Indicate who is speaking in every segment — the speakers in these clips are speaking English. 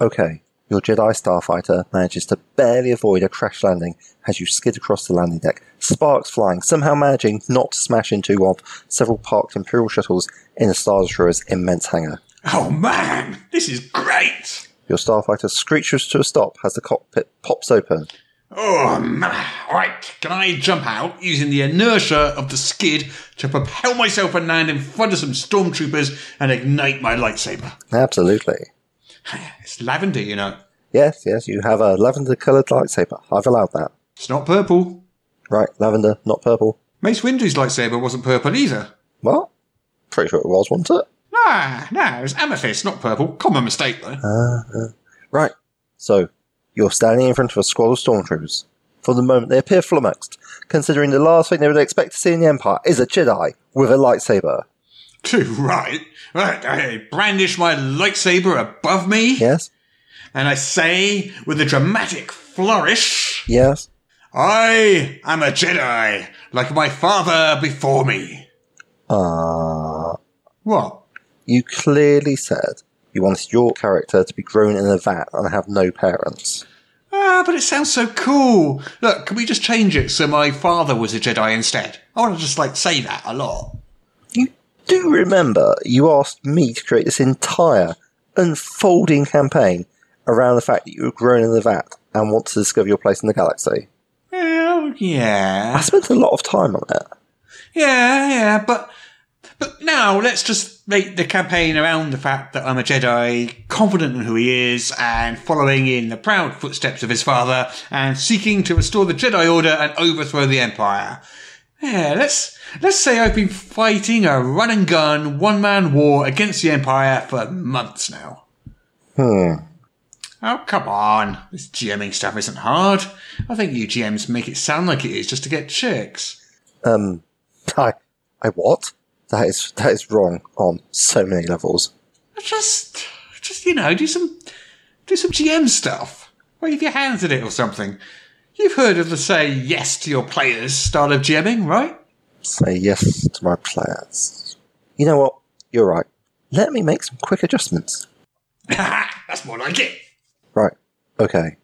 Speaker 1: Okay, your Jedi starfighter manages to barely avoid a crash landing as you skid across the landing deck, sparks flying, somehow managing not to smash into of several parked Imperial shuttles in the Star Destroyer's immense hangar.
Speaker 2: Oh man, this is great!
Speaker 1: Your starfighter screeches to a stop as the cockpit pops open.
Speaker 2: Oh man! Alright, can I jump out using the inertia of the skid to propel myself and land in front of some stormtroopers and ignite my lightsaber?
Speaker 1: Absolutely.
Speaker 2: It's lavender, you know.
Speaker 1: Yes, yes, you have a lavender coloured lightsaber. I've allowed that.
Speaker 2: It's not purple.
Speaker 1: Right, lavender, not purple.
Speaker 2: Mace Windu's lightsaber wasn't purple either.
Speaker 1: What? Pretty sure it was, wasn't it?
Speaker 2: Nah, nah, it was amethyst, not purple. Common mistake though.
Speaker 1: Right. So, you're standing in front of a squad of stormtroopers. For the moment, they appear flummoxed, considering the last thing they would expect to see in the Empire is a Jedi with a lightsaber.
Speaker 2: Too right. Right, I brandish my lightsaber above me,
Speaker 1: Yes?
Speaker 2: and I say with a dramatic flourish,
Speaker 1: Yes?
Speaker 2: I am a Jedi, like my father before me.
Speaker 1: Ah.
Speaker 2: What?
Speaker 1: you clearly said you wanted your character to be grown in a vat and have no parents.
Speaker 2: Ah, but it sounds so cool. Look, can we just change it so my father was a Jedi instead? I want to just like say that a lot.
Speaker 1: You do remember you asked me to create this entire unfolding campaign around the fact that you were grown in the vat and want to discover your place in the galaxy.
Speaker 2: Well, yeah.
Speaker 1: I spent a lot of time on it.
Speaker 2: Yeah, yeah, but but now let's just make the campaign around the fact that I'm a Jedi, confident in who he is, and following in the proud footsteps of his father, and seeking to restore the Jedi Order and overthrow the Empire. Yeah, let's let's say I've been fighting a run and gun one man war against the Empire for months now. Hmm. Oh come on, this GMing stuff isn't hard. I think you GMs make it sound like it is just to get chicks.
Speaker 1: Um, I, I what? That is that is wrong on so many levels.
Speaker 2: just just you know do some do some gm stuff wave your hands at it or something you've heard of the say yes to your players style of gming right
Speaker 1: Say yes to my plans. You know what? You're right. Let me make some quick adjustments.
Speaker 2: that's more like it
Speaker 1: Right. Okay.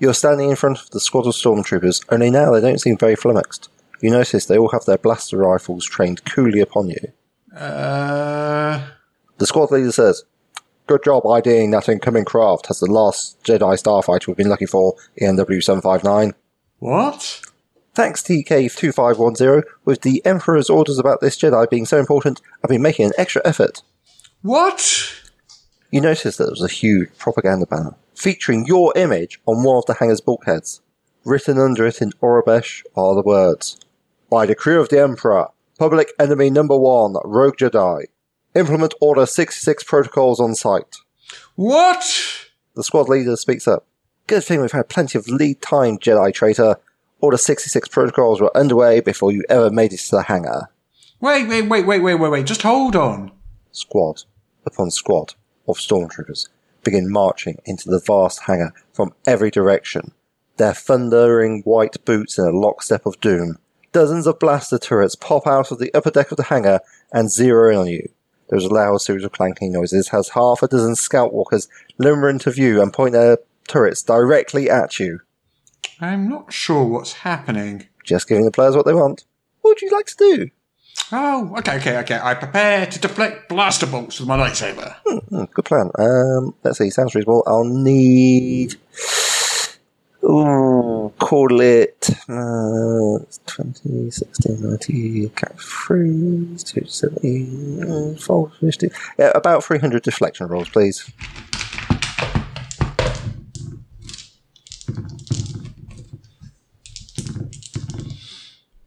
Speaker 1: You're standing in front of the squad of stormtroopers, only now they don't seem very flummoxed. You notice they all have their blaster rifles trained coolly upon you.
Speaker 2: uh
Speaker 1: The squad leader says, Good job IDing that incoming craft as the last Jedi starfighter we've been looking for, E ENW 759.
Speaker 2: what
Speaker 1: Thanks, TK2510, with the Emperor's orders about this Jedi being so important, I've been making an extra effort.
Speaker 2: what
Speaker 1: You notice that there was a huge propaganda banner featuring your image on one of the hangar's bulkheads. Written under it in Orabesh are the words By the crew of the Emperor, public enemy number one, rogue Jedi. Implement Order 66 protocols on site.
Speaker 2: what
Speaker 1: The squad leader speaks up. Good thing we've had plenty of lead time, Jedi traitor. Order 66 protocols were underway before you ever made it to the hangar.
Speaker 2: wait wait wait wait wait wait wait just hold on
Speaker 1: Squad upon squad of stormtroopers begin marching into the vast hangar from every direction, their thundering white boots in a lockstep of doom. Dozens of blaster turrets pop out of the upper deck of the hangar and zero in on you. There is a loud series of clanking noises as half a dozen scout walkers lumber into view and point their turrets directly at you,
Speaker 2: i'm not sure what's happening
Speaker 1: just giving the players what they want. What would you like to do?
Speaker 2: oh okay okay okay i prepare to deflect blaster bolts with my lightsaber
Speaker 1: Hmm, good plan. Um, let's see. Sounds reasonable. I'll need. Ooh, call it uh, 20, 16, 90, count through, 270, 4, 50. Yeah, about 300 deflection rolls, please.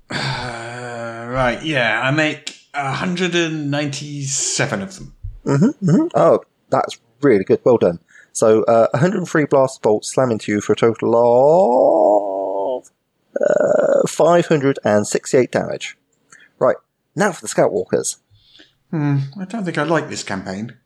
Speaker 2: Uh, right, yeah, I make 197 of them.
Speaker 1: Oh, that's really good. Well done. So, uh, 103 blast bolts slam into you for a total of uh, 568 damage. Right, now for the scout walkers.
Speaker 2: Hmm, I don't think I like this campaign.